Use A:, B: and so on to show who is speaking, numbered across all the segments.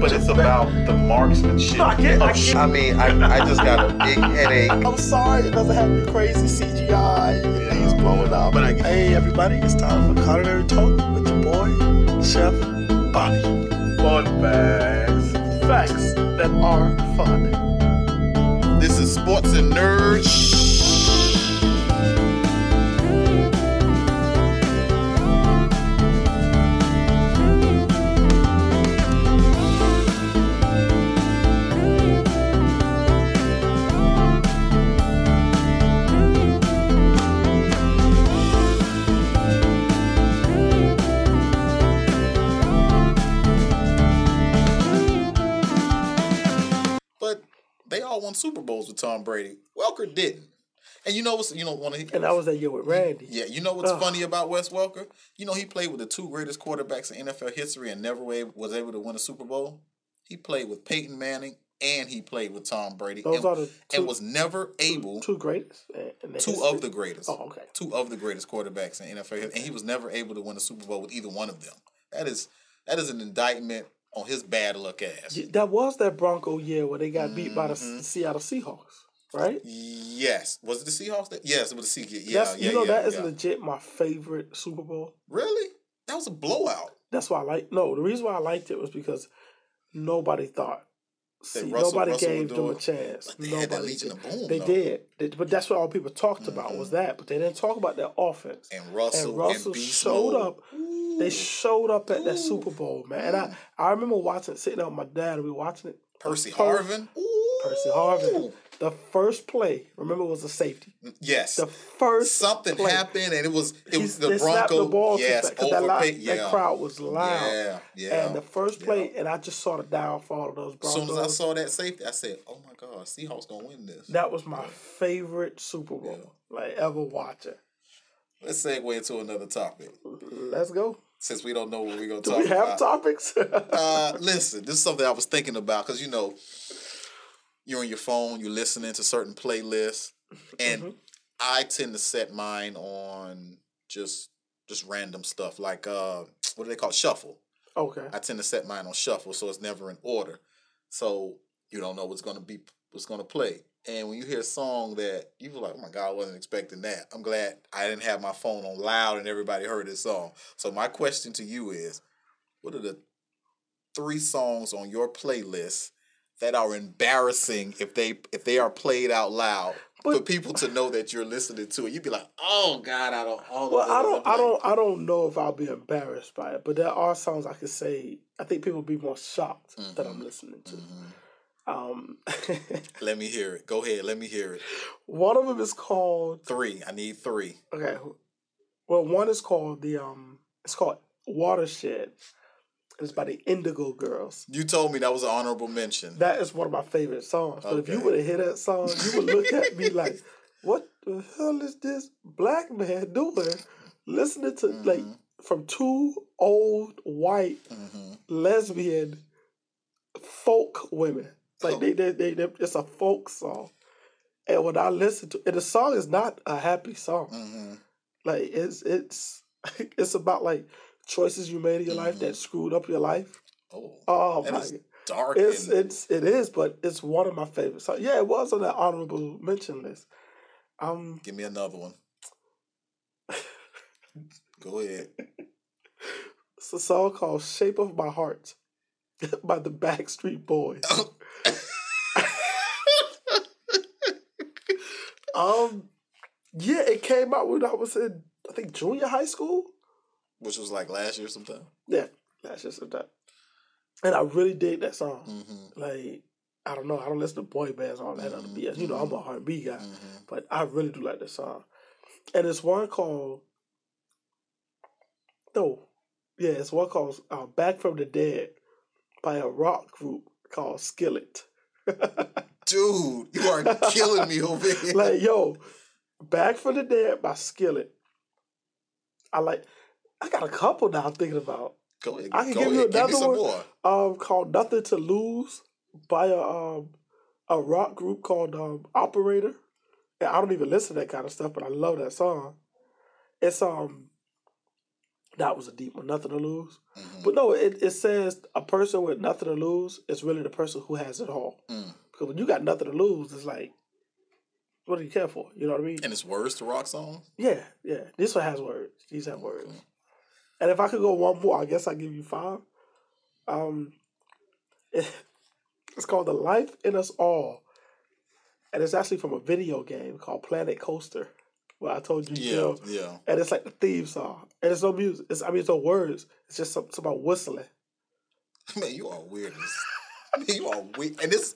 A: but it's about the marksmanship.
B: No, I get- I
A: of
B: get-
C: I mean, I, I just got a big headache.
B: I'm sorry it doesn't have to be crazy CGI and things blowing up. But I, hey, everybody, it's time for culinary talk with your boy, Chef Bonnie.
A: fun bags.
B: Facts that are fun.
C: This is Sports and Nerds. But they all won Super Bowls with Tom Brady. Welker didn't. And you know what's you know want to
B: And that was that year with Randy.
C: yeah you know what's
B: Ugh.
C: funny about Wes Welker? You know he played with the two greatest quarterbacks in NFL history and never wa- was able to win a Super Bowl. He played with Peyton Manning and he played with Tom Brady
B: Those
C: and,
B: are the two-
C: and was never able
B: Two greatest. in- in
C: two
B: history.
C: of the greatest.
B: Oh, okay.
C: Two of the greatest quarterbacks in NFL, and he was never able to win a Super Bowl with either one of them. That is that is an indictment on his bad luck ass.
B: Yeah, That was that Bronco year where they got beat by the
C: Mm-hmm.
B: S- Seattle Seahawks, right?
C: Yes, was it the Seahawks? That, yes, it was the Seahawks. Yeah,
B: That's,
C: yeah,
B: you know
C: yeah,
B: that is
C: yeah.
B: legit my favorite Super Bowl.
C: really that was a blowout.
B: That's why I like. No, the reason why I liked it was because nobody thought. See,
C: Russell-
B: nobody
C: Russell
B: gave
C: would do
B: them a
C: it.
B: chance.
C: But they
B: nobody
C: had that Legion of Boom.
B: They
C: though. Mm-hmm.
B: did, They- but that's what all people talked about was that. But they didn't talk about their offense.
C: And Russell
B: and Russell
C: Beast
B: showed
C: mode.
B: up. They showed up at that Super Bowl, man. And I, I remember watching, sitting up with my dad, and we watching it.
C: Percy
B: Per-
C: Harvin. Ooh.
B: Percy Harvin. The first play, remember, was a safety.
C: Yes.
B: The first
C: Something
B: play.
C: happened, and it was it
B: He-
C: was the
B: they snapped
C: Bronco.
B: the ball too
C: yes,
B: fast 'cause that,
C: over
B: loud,
C: Pey-
B: that
C: Yeah.
B: crowd was loud.
C: Yeah, yeah.
B: And the first play, and I just saw the downfall of those
C: As
B: Broncos.
C: soon as I saw that safety, I said, "Oh my God, Seahawks gonna win this."
B: that was my favorite Super Bowl, like ever watching.
C: Let's segue into another topic
B: Let's go.
C: since we don't know what we're gonna
B: Do
C: talk
B: we have
C: about.
B: topics?
C: uh, listen, this is something I was thinking about because you know, you're on your phone, you're listening to certain playlists, and
B: Mm-hmm.
C: I tend to set mine on just just random stuff like uh, what do they call it? shuffle?
B: okay.
C: I tend to set mine on shuffle, so it's never in order. So you don't know what's gonna be what's gonna play. And when you hear a song that you were like, oh my god, I wasn't expecting that. I'm glad I didn't have my phone on loud and everybody heard this song. So my question to you is, what are the three songs on your playlist that are embarrassing if they if they are played out loud for
B: But-
C: people to know that you're listening to it? You'd be like, oh god, I don't. Oh,
B: Well, I don't, I don't, I don't know if I'll be embarrassed by it, but there are songs I could say. I think people would be more shocked that I'm listening to.
C: Mm-hmm.
B: Um,
C: Let me hear it. Go ahead. Let me hear it.
B: one of them is called
C: Three. I need three.
B: okay. Well, one is called the um, it's called Watershed. It's by the Indigo Girls.
C: You told me that was an honorable mention.
B: That is one of my favorite songs. But if you
C: Okay.
B: would have heard that song, you would look at me like, "What the hell is this black man doing? Listening to like from two old white
C: Mhm.
B: lesbian folk women. It's Like they, they, they, they- it's a folk song. And when I listen to, and the song is not a happy song.
C: mm-hmm.
B: Like it's, it's, it's about like choices you made in your life that screwed up your life.
C: Oh,
B: Oh
C: that
B: my
C: is
B: God.
C: dark.
B: It's
C: and,
B: it's it is, but it's one of my favorites. So yeah, it was on that honorable mention list. Um,
C: give me another one. Go ahead.
B: it's a song called "Shape of My Heart" by the Backstreet Boys. um, yeah, it came out when I was in I think junior high school.
C: Which was like last year sometime.
B: Yeah, that's just that. And I really dig that song.
C: Mm-hmm.
B: Like I don't know, I don't listen to boy bands and all that other BS. You know, I'm a R&B guy,
C: Mhm.
B: but I really do like this song. And it's one called no, yeah, it's one called uh, "Back from the Dead" by a rock group called Skillet.
C: Dude, you are killing me over here.
B: like yo, "Back from the Dead" by Skillet. I like. I got a couple now. I'm thinking about
C: go ahead.
B: I can
C: go
B: give
C: ahead.
B: you
C: give
B: another
C: me some
B: one.
C: more.
B: um called "Nothing to Lose" by a um a rock group called um, Operator. And I don't even listen to that kind of stuff, but I love that song. It's um That was a deep one. Nothing to lose.
C: Mhm.
B: But no, it, it says a person with nothing to lose is really the person who has it all.
C: Mm.
B: Because when you got nothing to lose, it's like, what do you care for? You know what I mean?
C: And it's words to rock songs.
B: yeah, yeah. This one has words. These have words.
C: Okay.
B: And if I could go one more, I guess I give you five. Um, it's called "The Life in Us All," and it's actually from a video game called Planet Coaster, where I told you,
C: Yeah,
B: you know,
C: yeah.
B: and it's like the theme song, and it's no music. It's I mean, it's no words. It's just some, somebody whistling.
C: Man, you are weird. as- Man, you are weird. And this,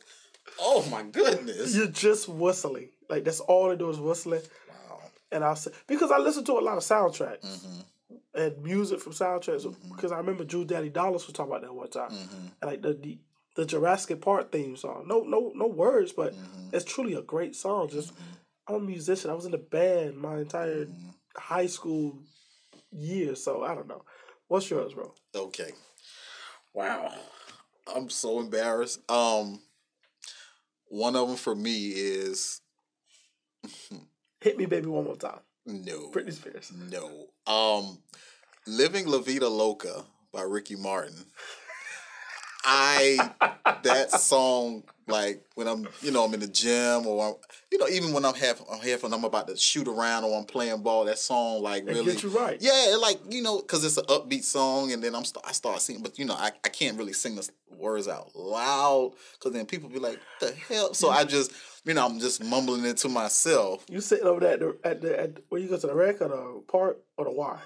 C: oh my goodness.
B: You're just whistling. Like that's all they do is whistling.
C: Wow.
B: And I'll say because I listen to a lot of soundtracks
C: Mm-hmm.
B: and music from soundtracks
C: Mhm.
B: because I remember Drew Daddy Dallas was talking about that one time.
C: Mm-hmm.
B: And like the, the the Jurassic Park theme song. No no no words, but
C: Mm-hmm.
B: it's truly a great song. Just I'm a musician. I was in a band my entire
C: hmm
B: high school year, so I don't know. What's yours, bro?
C: Okay. Wow. I'm so embarrassed. Um, one of them for me is
B: Hit me, baby, one more time.
C: no,
B: Britney Spears.
C: no. Um, "Living La Vida Loca" by Ricky Martin. I that song like when I'm you know I'm in the gym or I'm, you know even when I'm half I'm half and I'm about to shoot around or I'm playing ball that song like
B: And
C: really
B: get you right.
C: Yeah, it like you know, cause it's an upbeat song, and then I'm st- I start singing, but you know, I, I can't really sing the s- words out loud, cause then people be like, "What the hell?" So I just, you know, I'm just mumbling it to myself
B: You sitting over there at the at the at, when you go to the rec or the park or the Y.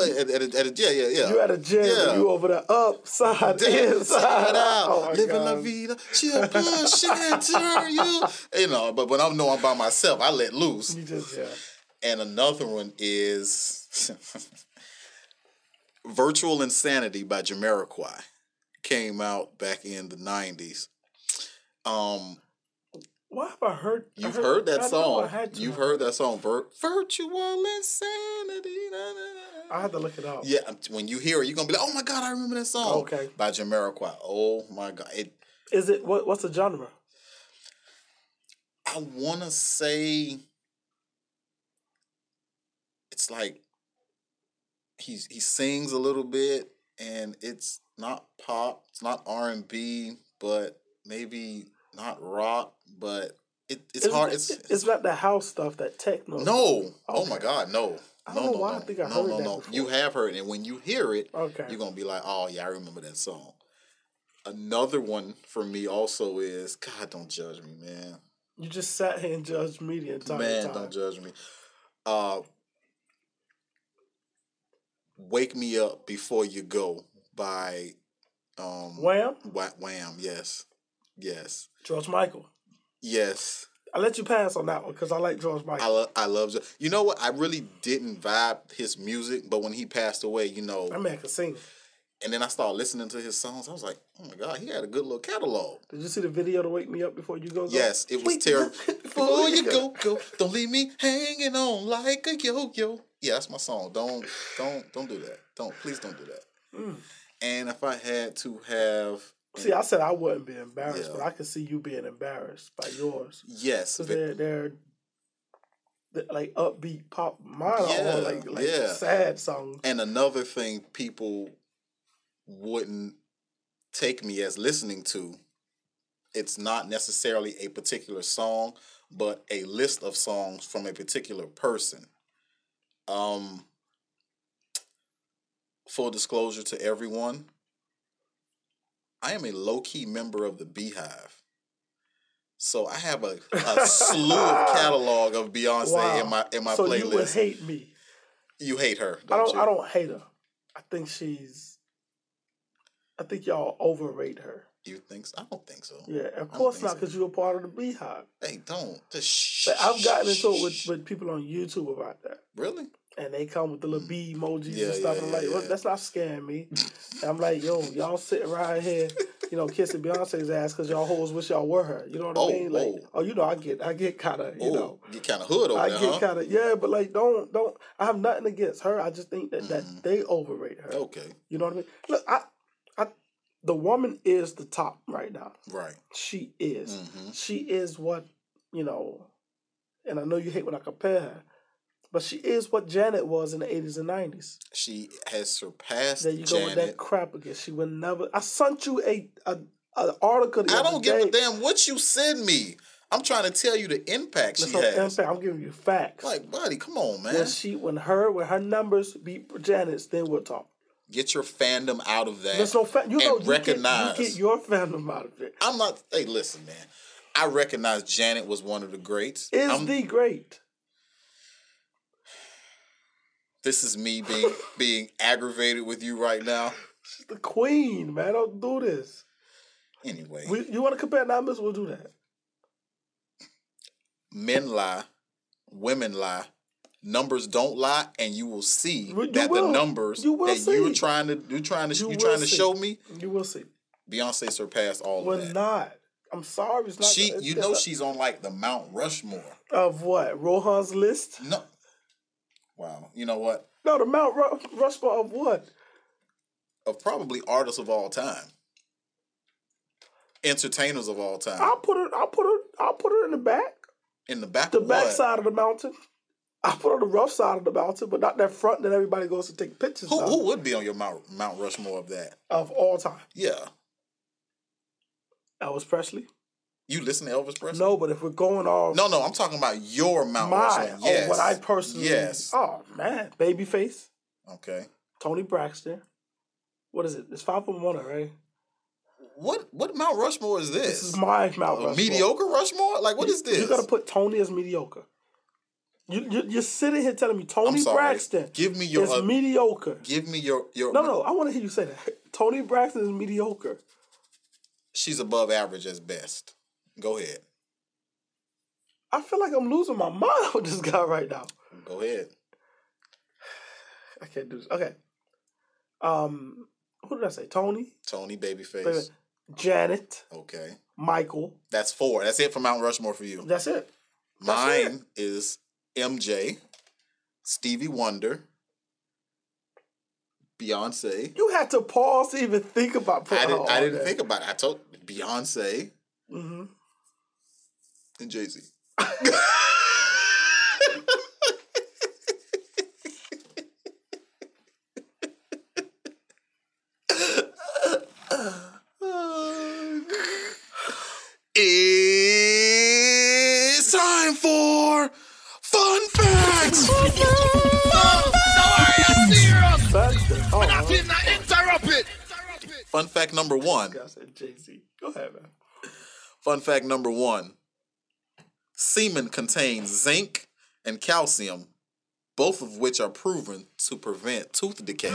C: Uh, at, at, at, at, yeah, yeah, yeah.
B: You at a gym
C: Yeah.
B: and you over there upside
C: Damn,
B: inside
C: inside out,
B: Oh my
C: living la
B: God.
C: vida, she'll push it to you. You know, but when I know I'm by myself, I let loose.
B: You just yeah.
C: And another one is Virtual Insanity by Jamiroquai. Came out back in the 90s. Um,
B: Why have I heard? I
C: you've heard that
B: I know, I
C: song.
B: had to.
C: You've heard that song, Vir- Virtual Insanity. na, na, na, na.
B: I had to look it up.
C: Yeah, um, when you hear it, you're going to be like, oh my God, I remember that song.
B: Okay.
C: By Jamiroquai. Oh my God. It,
B: Is it what? What's the genre?
C: I want to say it's like he's he sings a little bit, and it's not pop, it's not R and B, but maybe not rock, but it, it's
B: Is it-
C: hard. It's,
B: it's not the house stuff that techno.
C: no, oh my
B: Okay.
C: God, no.
B: I
C: no,
B: don't know
C: no,
B: why I
C: no,
B: think
C: no,
B: I heard
C: no,
B: that
C: no.
B: before.
C: You have heard it, and when you hear it,
B: Okay.
C: you're gonna be like, "Oh yeah, I remember that song." Another one for me also is God. Don't judge me, man.
B: You just sat here and judged me the entire
C: Man,
B: time.
C: don't judge me. Uh, "Wake Me Up Before You Go" by um,
B: Wham,
C: Wha- Wham. Yes, yes,
B: George Michael.
C: yes.
B: I let you pass on that one because I like George
C: I
B: Michael.
C: lo- I love. Ju- You know what? I really didn't vibe his music, but when he passed away, you know,
B: That man can sing.
C: and then I started listening to his songs. I was like, "Oh my god, he had a good little catalog."
B: Did you see the video to wake me up before you go? Zone?
C: Yes, it was
B: Wake me
C: terrible.
B: up
C: Before you go, go, don't leave me hanging on like a yo-yo. Yeah, that's my song. Don't, don't, don't do that. Don't, please don't do that.
B: Mm.
C: And if I had to have,
B: See, I said I wouldn't be embarrassed,
C: Yeah.
B: but I can see you being embarrassed by yours.
C: yes,
B: Cause
C: Vic-
B: they're they're, they're, like upbeat pop. Mine are all
C: Yeah,
B: like like
C: yeah.
B: sad songs.
C: and another thing people wouldn't take me as listening to, it's not necessarily a particular song, but a list of songs from a particular person. Um, full disclosure to everyone, I am a low key member of the Beehive. So I have a, a slew of catalog of Beyonce
B: Wow.
C: in my in my
B: so
C: playlist.
B: you
C: You,
B: would hate me.
C: hate her,
B: I
C: don't
B: don't.
C: you?
B: I don't hate her. I think she's. I think y'all overrate her.
C: You think so? I don't think so.
B: Yeah, of
C: I don't
B: course
C: think
B: not,
C: so.
B: because you're a part of the Beehive.
C: Hey, don't just shh.
B: But I've gotten into it with, with people on YouTube about that,
C: really.
B: and they come with the little bee emojis
C: Yeah,
B: and stuff.
C: yeah,
B: I'm
C: yeah,
B: like, well,
C: yeah.
B: that's not scaring me. And I'm like, yo, y'all sitting right here, you know, kissing Beyonce's ass because y'all hoes wish y'all were her. You know what
C: Oh,
B: I mean? Like,
C: oh.
B: oh, you know, I get, I get kind of, you
C: Oh,
B: know.
C: get kind of hood over
B: I
C: there,
B: get
C: huh?
B: kind of yeah, but like don't don't. I have nothing against her. I just think that,
C: Mhm.
B: that they overrate her.
C: Okay,
B: You know what I mean? Look, I, I, the woman is the top right now.
C: right.
B: She is.
C: Mm-hmm.
B: She is what you know. And I know you hate when I compare her, But she is what Janet was in the eighties and nineties.
C: She has surpassed
B: There you go with that
C: Janet.
B: crap again. She would never. I sent you a a, a article. The
C: I
B: other
C: don't give a
B: day.
C: damn what you send me. I'm trying to tell you the impact she
B: That's what I'm
C: has.
B: saying. I'm giving you facts.
C: Like, buddy, come on, man.
B: when she when her when her numbers beat Janet's, then we'll talk.
C: Get your fandom out of that.
B: There's no fa- you
C: and
B: know you
C: recognize.
B: Get, you get your fandom out of it.
C: I'm not. Hey, listen, man. I recognize Janet was one of the greats.
B: Is
C: I'm-
B: the great?
C: this is me being being aggravated with you right now.
B: She's the queen, man. Don't do this.
C: Anyway,
B: We, you want to compare numbers? We'll do that.
C: men lie, women lie, numbers don't lie, and you will see
B: You
C: that
B: will.
C: the numbers
B: You will
C: that you're
B: see.
C: trying to you're trying to
B: You
C: you are
B: will
C: trying to
B: see.
C: show me.
B: You will see.
C: Beyonce surpassed all
B: We're
C: of that.
B: not. I'm sorry. It's not.
C: she,
B: it's-
C: you
B: it's
C: know,
B: a-
C: she's on like the Mount Rushmore.
B: of what? Rohan's list?
C: No, wow. You know what?
B: No, the Mount Ru- Rushmore of what?
C: Of probably artists of all time, entertainers of all time.
B: I'll put her. I'll put her. I'll put her in the back.
C: In the back,
B: the
C: of what?
B: back side of the mountain. I put on the rough side of the mountain, but not that front that everybody goes to take pictures
C: Who,
B: of,
C: who would be on your Mount Mount Rushmore of that?
B: of all time.
C: Yeah,
B: Elvis Presley.
C: you listen to Elvis Presley.
B: No, but if we're going off
C: No, no, I'm talking about your Mount
B: my
C: Rushmore. Yes.
B: oh, what I personally
C: Yes.
B: oh man, Babyface,
C: Okay.
B: Tony Braxton. What is it? It's five from one, right?
C: What what Mount Rushmore is this?
B: This is my
C: A
B: Mount Rushmore.
C: Uh, mediocre Rushmore? Like what is
B: You,
C: this?
B: you gotta put Tony as mediocre. You, you you're sitting here telling me
C: I'm
B: Tony
C: sorry.
B: Braxton
C: Give me your
B: is
C: uh,
B: mediocre.
C: give me your your
B: No, no, I want to hear you say that. Tony Braxton is mediocre.
C: She's above average as best. Go ahead.
B: I feel like I'm losing my mind with this guy right now.
C: Go ahead.
B: I can't do this. Okay. Um, who did I say? Tony,
C: Tony Babyface.
B: Baby- Janet,
C: Okay.
B: Michael.
C: That's four. That's it for Mount Rushmore for you.
B: That's it. that's
C: Mine is MJ, Stevie Wonder, Beyonce.
B: You had to pause to even think about
C: I didn't I didn't think about it. I told Beyonce
B: hmm
C: and Jay-Z. It's time for fun facts.
B: Oh, I
C: Fun fact number one.
B: said Jay Z. Go ahead, man.
C: Fun fact number one. Semen contains zinc and calcium, both of which are proven to prevent tooth decay.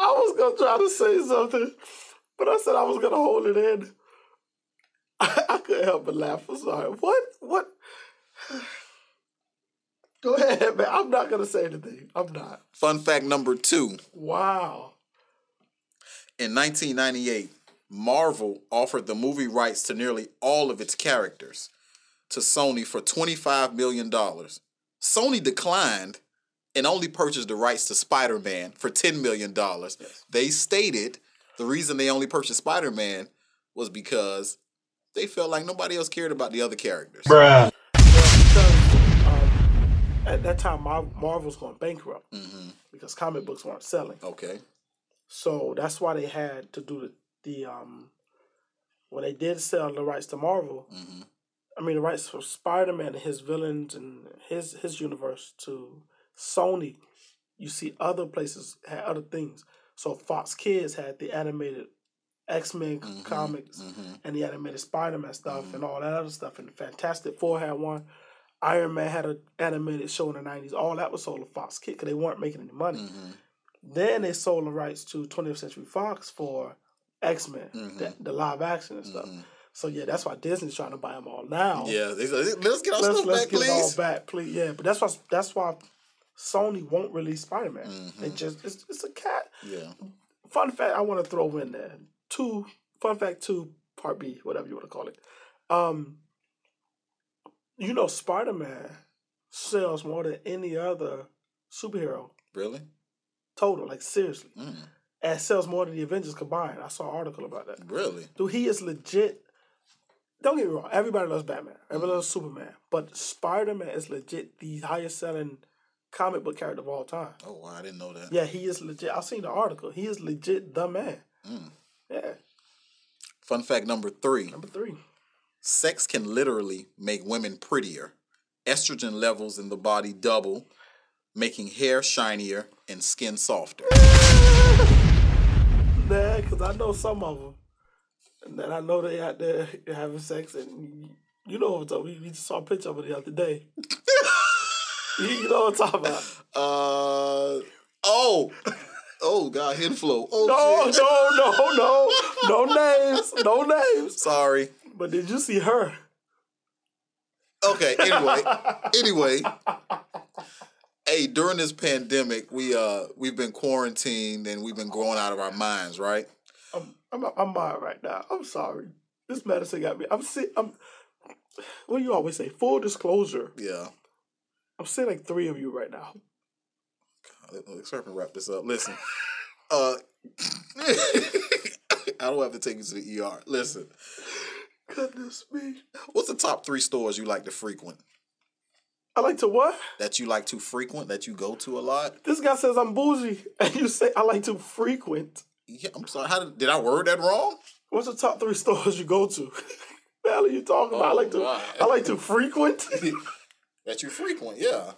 B: I was gonna try to say something, but I said I was gonna hold it in. I, couldn't help but laugh. I'm sorry. What? What? Go ahead, man. I'm not gonna say anything. I'm not.
C: Fun fact number two.
B: Wow.
C: In 1998, Marvel offered the movie rights to nearly all of its characters to Sony for $25 million. Sony declined and only purchased the rights to Spider Man for $10 million. They stated the reason they only purchased Spider Man was because they felt like nobody else cared about the other characters.
A: Bruh.
B: Well, because um, at that time, Mar- Marvel's going bankrupt
C: hmm
B: because comic books weren't selling.
C: Okay.
B: So that's why they had to do the, the um, when they did sell the rights to Marvel,
C: hmm
B: I mean the rights for Spider Man and his villains and his his universe to Sony. You see, other places had other things. So Fox Kids had the animated X Men
C: Mhm.
B: comics
C: hmm
B: and the animated Spider Man stuff and all that other stuff. And Fantastic Four had one. Iron Man had an animated show in the nineties. All that was sold to Fox Kid because they weren't making any money.
C: hmm
B: Then they sold the rights to 20th Century Fox for X Men,
C: Mhm.
B: the, the live action and stuff.
C: Mhm.
B: So yeah, that's why Disney's trying to buy them all now.
C: Yeah. They said, let's get our
B: let's
C: stuff
B: let's
C: back,
B: get it all
C: please.
B: back, please. Yeah, but that's why that's why Sony won't release Spider Man. They
C: Mhm.
B: just it's, it's a cat.
C: Yeah.
B: Fun fact I want to throw in there two fun fact two part B whatever you want to call it. Um, you know Spider Man sells more than any other superhero
C: Really?
B: total. Like seriously.
C: Mm.
B: and sells more than the Avengers combined. I saw an article about that.
C: Really?
B: Dude, he is legit don't get me wrong. Everybody loves Batman. Everybody loves Superman. But Spider Man is legit the highest selling comic book character of all time.
C: Oh, wow, I didn't know that.
B: Yeah, he is legit. I've seen the article. He is legit the man.
C: Mm.
B: Yeah,
C: Fun fact number three
B: number three.
C: sex can literally make women prettier. Estrogen levels in the body double, making hair shinier and skin softer.
B: Nah, because I know some of them. And then I know they out there having sex, and you know what I'm talking about. We just saw a picture of it the other day. you you know what I'm talking about.
C: Uh, oh, oh, God, head flow. Oh,
B: No,
C: shit.
B: no, no, no. No names. No names.
C: Sorry.
B: But did you see her?
C: Okay, anyway, anyway. Hey, during this pandemic, we uh we've been quarantined and we've been growing out of our minds, right?
B: I'm I'm I'm mad right now. I'm sorry. This medicine got me. I'm sick. I'm. What do you always say? Full disclosure.
C: Yeah.
B: I'm seeing like three of you right now.
C: Let's hurry and wrap this up. Listen, uh, I don't have to take you to the ER. Listen,
B: Goodness me.
C: what's the top three stores you like to frequent?
B: I like to what?
C: That you like to frequent? That you go to a lot?
B: This guy says I'm bougie, and you say I like to frequent.
C: Yeah, I'm sorry. How did, did I word that wrong?
B: What's the top three stores you go to? the hell are you talking about? I like to.
C: Oh, God.
B: I like to frequent.
C: that you frequent? Yeah.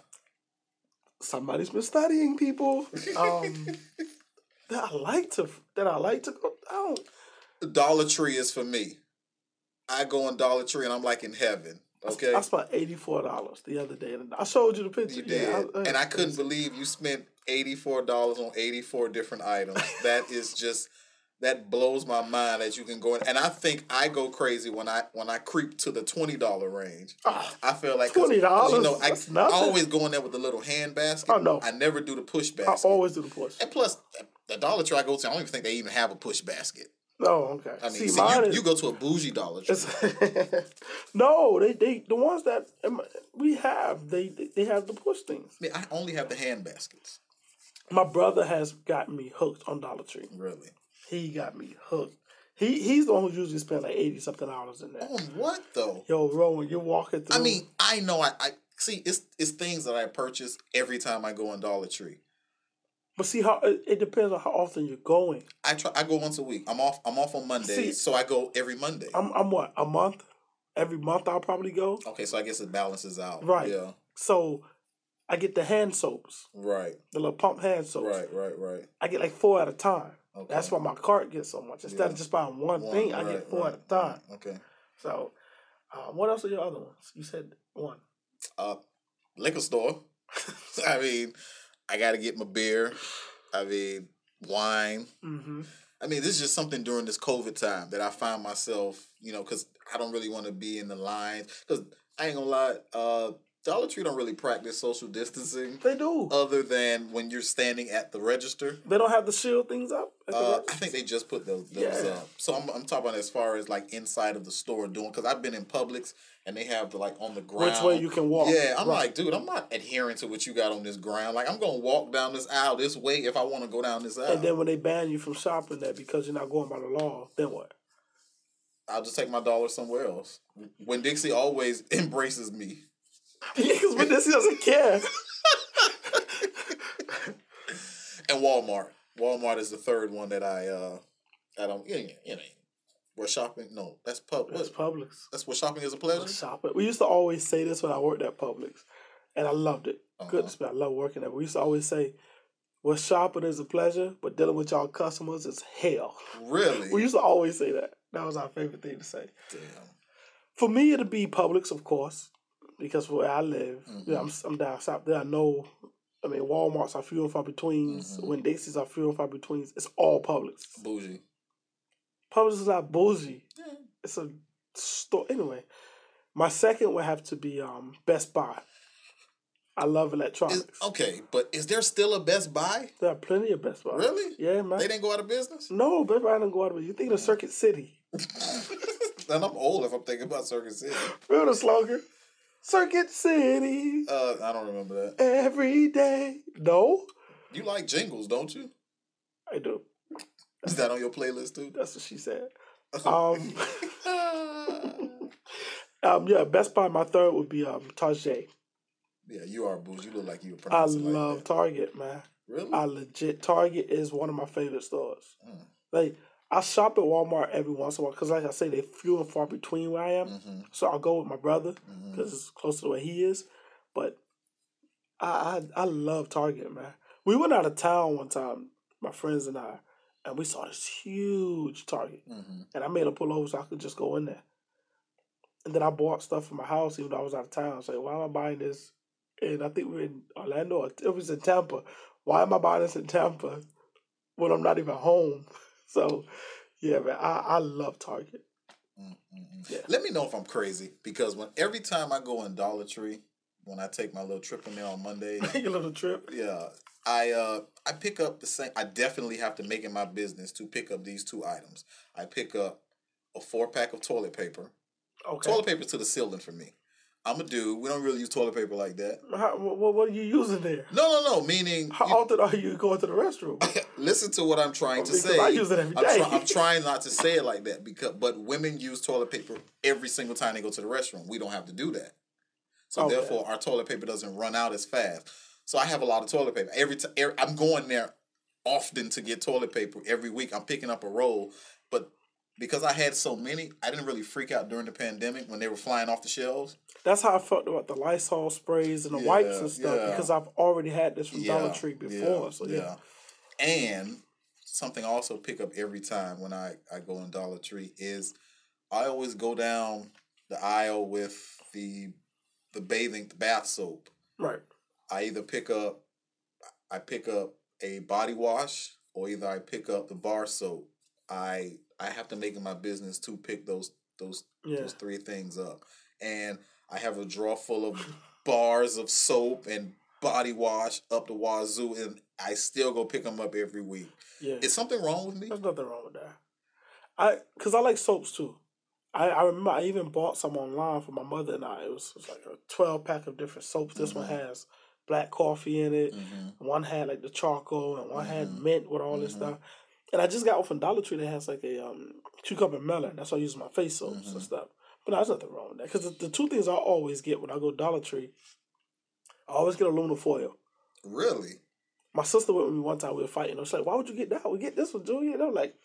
B: Somebody's been studying people. Um, that I like to. That I like to go. I don't.
C: Dollar Tree is for me. I go in Dollar Tree and I'm like in heaven. Okay.
B: I spent eighty four dollars the other day, and I showed you the picture.
C: You did.
B: Yeah, uh,
C: and I couldn't believe you spent $84 on 84 different items. that is just that blows my mind that you can go in and I think I go crazy when I when I creep to the twenty dollar range.
B: Ah,
C: I feel like 'cause- 'cause, You
B: $20?
C: know, I,
B: That's
C: I
B: nothing.
C: always go in there with a little hand basket.
B: Oh, no.
C: I never do the push
B: I
C: basket.
B: always do the push.
C: and plus, the Dollar Tree I go to, I don't even think they even have a push basket.
B: Oh, okay.
C: I mean, see,
B: see, mine
C: you,
B: is,
C: you go to a bougie Dollar Tree.
B: it's- no, they they the ones that um, we have they they have the push things.
C: I mean, I only have the hand baskets.
B: My brother has gotten me hooked on Dollar Tree.
C: Really?
B: He got me hooked. He he's the one who usually spends like eighty something dollars in there.
C: On what though?
B: Yo, Rowan, you're walking through.
C: I mean, I know I, I see it's it's things that I purchase every time I go in Dollar Tree.
B: but see how it, it depends on how often you're going.
C: I try I go once a week. I'm off I'm off on Mondays,
B: See-
C: so I go every Monday.
B: I'm I'm what a month. Every month I'll probably go.
C: okay, so I guess it balances out.
B: Right.
C: Yeah.
B: So I get the hand soaps,
C: Right.
B: the little pump hand soaps.
C: Right, right, right.
B: I get like four at a time.
C: Okay.
B: That's why my cart gets so much. Instead
C: Yeah.
B: of just buying one,
C: One,
B: thing, I
C: right,
B: get four
C: right,
B: at a time.
C: right. Okay.
B: So, um, what else are your other ones? You said one.
C: Uh liquor store. I mean, I gotta get my beer. I mean, wine.
B: Mm-hmm.
C: I mean, this is just something during this COVID time that I find myself, you know, because I don't really want to be in the lines. Because I ain't gonna lie, uh, Dollar Tree don't really practice social distancing
B: They do.
C: other than when you're standing at the register.
B: they don't have the shield things up. at
C: Uh,
B: the
C: I
B: register?
C: think they just put those, those
B: Yeah.
C: up. So I'm, I'm talking about as far as like inside of the store doing, because I've been in Publix and they have the like on the ground.
B: Which way you can walk?
C: Yeah, I'm
B: Right.
C: like, dude, I'm not adhering to what you got on this ground. Like, I'm gonna walk down this aisle this way if I want to go down this aisle.
B: And then when they ban you from shopping there because you're not going by the law, then what?
C: I'll just take my dollar somewhere else. When Dixie always embraces me.
B: Because when this doesn't care.
C: And Walmart. Walmart is the third one that I uh I don't you know, you know where shopping no, that's pub
B: That's
C: what,
B: Publix.
C: that's where shopping is a
B: Let's
C: pleasure.
B: Shop it. We used to always say this when I worked at Publix, and I loved it.
C: Uh-huh.
B: Goodness, man, I love working there. We used to always say, "Well, shopping is a pleasure, but dealing with y'all customers is hell."
C: Really?
B: We used to always say that. That was our favorite thing to say.
C: Damn.
B: For me, it'd be Publix, of course, because where I live, yeah, I'm, I'm down south. There, I know. I mean, WalMarts are few and far betweens.
C: Mhm.
B: When Dixie's are few and far betweens, it's all Publix.
C: Bougie.
B: Publix is not bougie.
C: Yeah.
B: It's a store. Anyway, my second would have to be um Best Buy. I love electronics.
C: Is, oh okay, but is there still a Best Buy?
B: There are plenty of Best Buy.
C: Really?
B: Yeah, man.
C: They didn't go out of business?
B: No, Best Buy didn't go out of it. You think of Circuit City?
C: and I'm old if I'm thinking about Circuit City.
B: Remember the slogan? Circuit City
C: Uh, I don't remember that.
B: every day. No,
C: You like jingles, don't you?
B: I do.
C: Is that on your playlist too?
B: That's what she said. Um, Um, yeah, Best Buy. My third would be um Target.
C: Yeah, you are booze. You look like you were
B: I
C: pronouncing like
B: love
C: that.
B: Target, man.
C: Really?
B: I legit Target is one of my favorite stores.
C: Mm.
B: Like I shop at Walmart every once in a while because, like I say, they're few and far between where I am.
C: mm-hmm,
B: So I'll go with my brother
C: mm-hmm.
B: because it's closer to where he is. But I, I I love Target, man. We went out of town one time, my friends and I, and we saw this huge Target,
C: Mm-hmm.
B: and I made a pull over so I could just go in there. And then I bought stuff for my house even though I was out of town. So why am I buying this? And I think we were in Orlando or it was in Tampa. Why am I buying this in Tampa when I'm not even home? So yeah, man, I, I love Target.
C: Mm-mm-mm.
B: Yeah.
C: Let me know if I'm crazy because when every time I go in Dollar Tree, when I take my little trip in there on Monday,
B: Make a little trip.
C: yeah, I uh I pick up the same. I definitely have to make it my business to pick up these two items. I pick up a four pack of toilet paper.
B: Okay.
C: Toilet paper's to the ceiling for me. I'm a dude. We don't really use toilet paper like that.
B: How, what, what are you using there?
C: No, no, no. Meaning,
B: How
C: you-
B: often are you going to the restroom?
C: listen to what I'm trying to
B: Because
C: say.
B: I use it every
C: I'm,
B: day.
C: try- I'm trying not to say it like that because, but women use toilet paper every single time they go to the restroom. We don't have to do that, so
B: Okay.
C: therefore our toilet paper doesn't run out as fast. So I have a lot of toilet paper. Every time I'm going there often to get toilet paper every week, I'm picking up a roll. But because I had so many, I didn't really freak out during the pandemic when they were flying off the shelves.
B: That's how I felt about the Lysol sprays and the
C: Yeah,
B: wipes and stuff
C: yeah.
B: because I've already had this from Dollar
C: Yeah,
B: Tree
C: yeah,
B: before. so yeah.
C: yeah. And something I also pick up every time when I, I go in Dollar Tree is I always go down the aisle with the the bathing the bath soap.
B: right.
C: I either pick up I pick up a body wash or either I pick up the bar soap. I I have to make it my business to pick those those
B: Yeah,
C: those three things up. And I have a drawer full of bars of soap and body wash up the wazoo, and I still go pick them up every week.
B: yeah.
C: Is something wrong with me?
B: There's nothing wrong with that. I because I like soaps too. I, I remember I even bought some online for my mother and I. It was, it was like a twelve pack of different soaps. This one
C: Mhm.
B: has black coffee in it.
C: Mm-hmm.
B: One had like the charcoal and one had
C: Mhm.
B: mint with all this
C: Mhm.
B: stuff. And I just got one from Dollar Tree that has like a um, cucumber melon. That's why I use my face soaps
C: Mhm.
B: and stuff. But no, there's nothing wrong with that. Because the, the two things I always get when I go Dollar Tree, I always get aluminum foil.
C: Really?
B: My sister went with me one time. We were fighting. I was like, "Why would you get that? We get this one, Julia." And I'm like,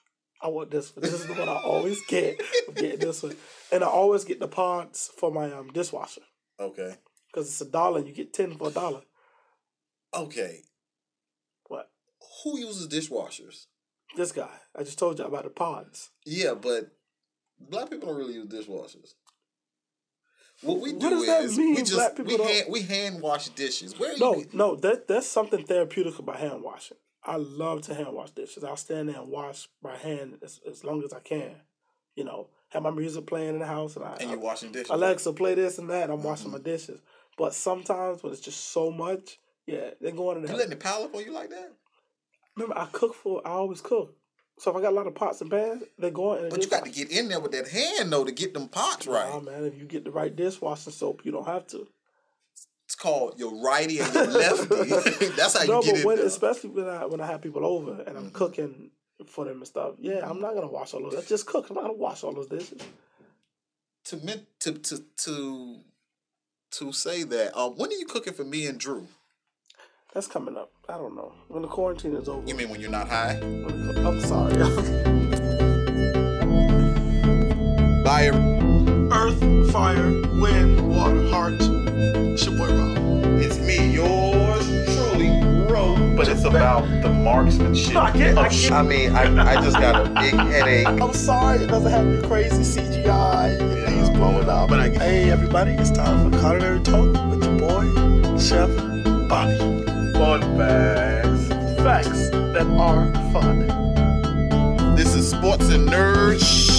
B: "I want this one. This is the one I always get. I'm getting this one." And I always get the pods for my um dishwasher
C: Okay.
B: because it's a dollar. and You get ten for a dollar.
C: Okay.
B: What?
C: Who uses dishwashers?
B: This guy. I just told you about the pods.
C: Yeah, but black people don't really use dishwashers. What we
B: What
C: do
B: does that
C: is
B: mean,
C: we just
B: black people
C: we
B: don't-
C: hand we hand wash dishes. Where are
B: No,
C: you?
B: no. That that's something therapeutic about hand washing. I love to hand wash dishes. I'll stand there and wash by hand as, as long as I can. You know, have my music playing in the house, and I
C: And
B: I-
C: you washing dishes.
B: Alexa, play this and that. I'm washing
C: Mhm.
B: my dishes. But sometimes when it's just so much, yeah, they're going in
C: You
B: there.
C: letting it pile up on you like that?
B: Remember, I cook for. I always cook. So if I got a lot of pots and pans, they're going. in the
C: But you got to
B: dishwasher.
C: get in there with that hand though to get them pots right.
B: Nah, man. If you get the right dishwashing soap, you don't have to.
C: It's called your righty and your lefty. That's how you
B: no,
C: get
B: but
C: in
B: when,
C: there.
B: especially when I when I have people over and I'm
C: Mhm.
B: cooking for them and stuff, yeah, I'm not gonna wash all those. I just cook. I'm not gonna wash all those dishes.
C: to men- to to to to say that. Um, when are you cooking for me and Drew?
B: That's coming up. I don't know when the quarantine is over.
C: You mean when you're not high?
B: when the co- I'm sorry.
C: Bye. everybody.
B: Earth, fire, wind, water, heart. It's your boy Rob.
A: It's me, yours truly, Ro. But it's about the marksmanship.
B: No, I get- I get-
A: I mean, I, I just got a big headache.
B: I'm sorry it doesn't have any crazy CGI and
A: Yeah.
B: things blowing up.
A: But I-
B: hey, everybody, it's time for culinary talk with your boy, Chef Bonnie.
A: Fun bags.
B: Facts that are fun.
C: This is Sports and Nerds.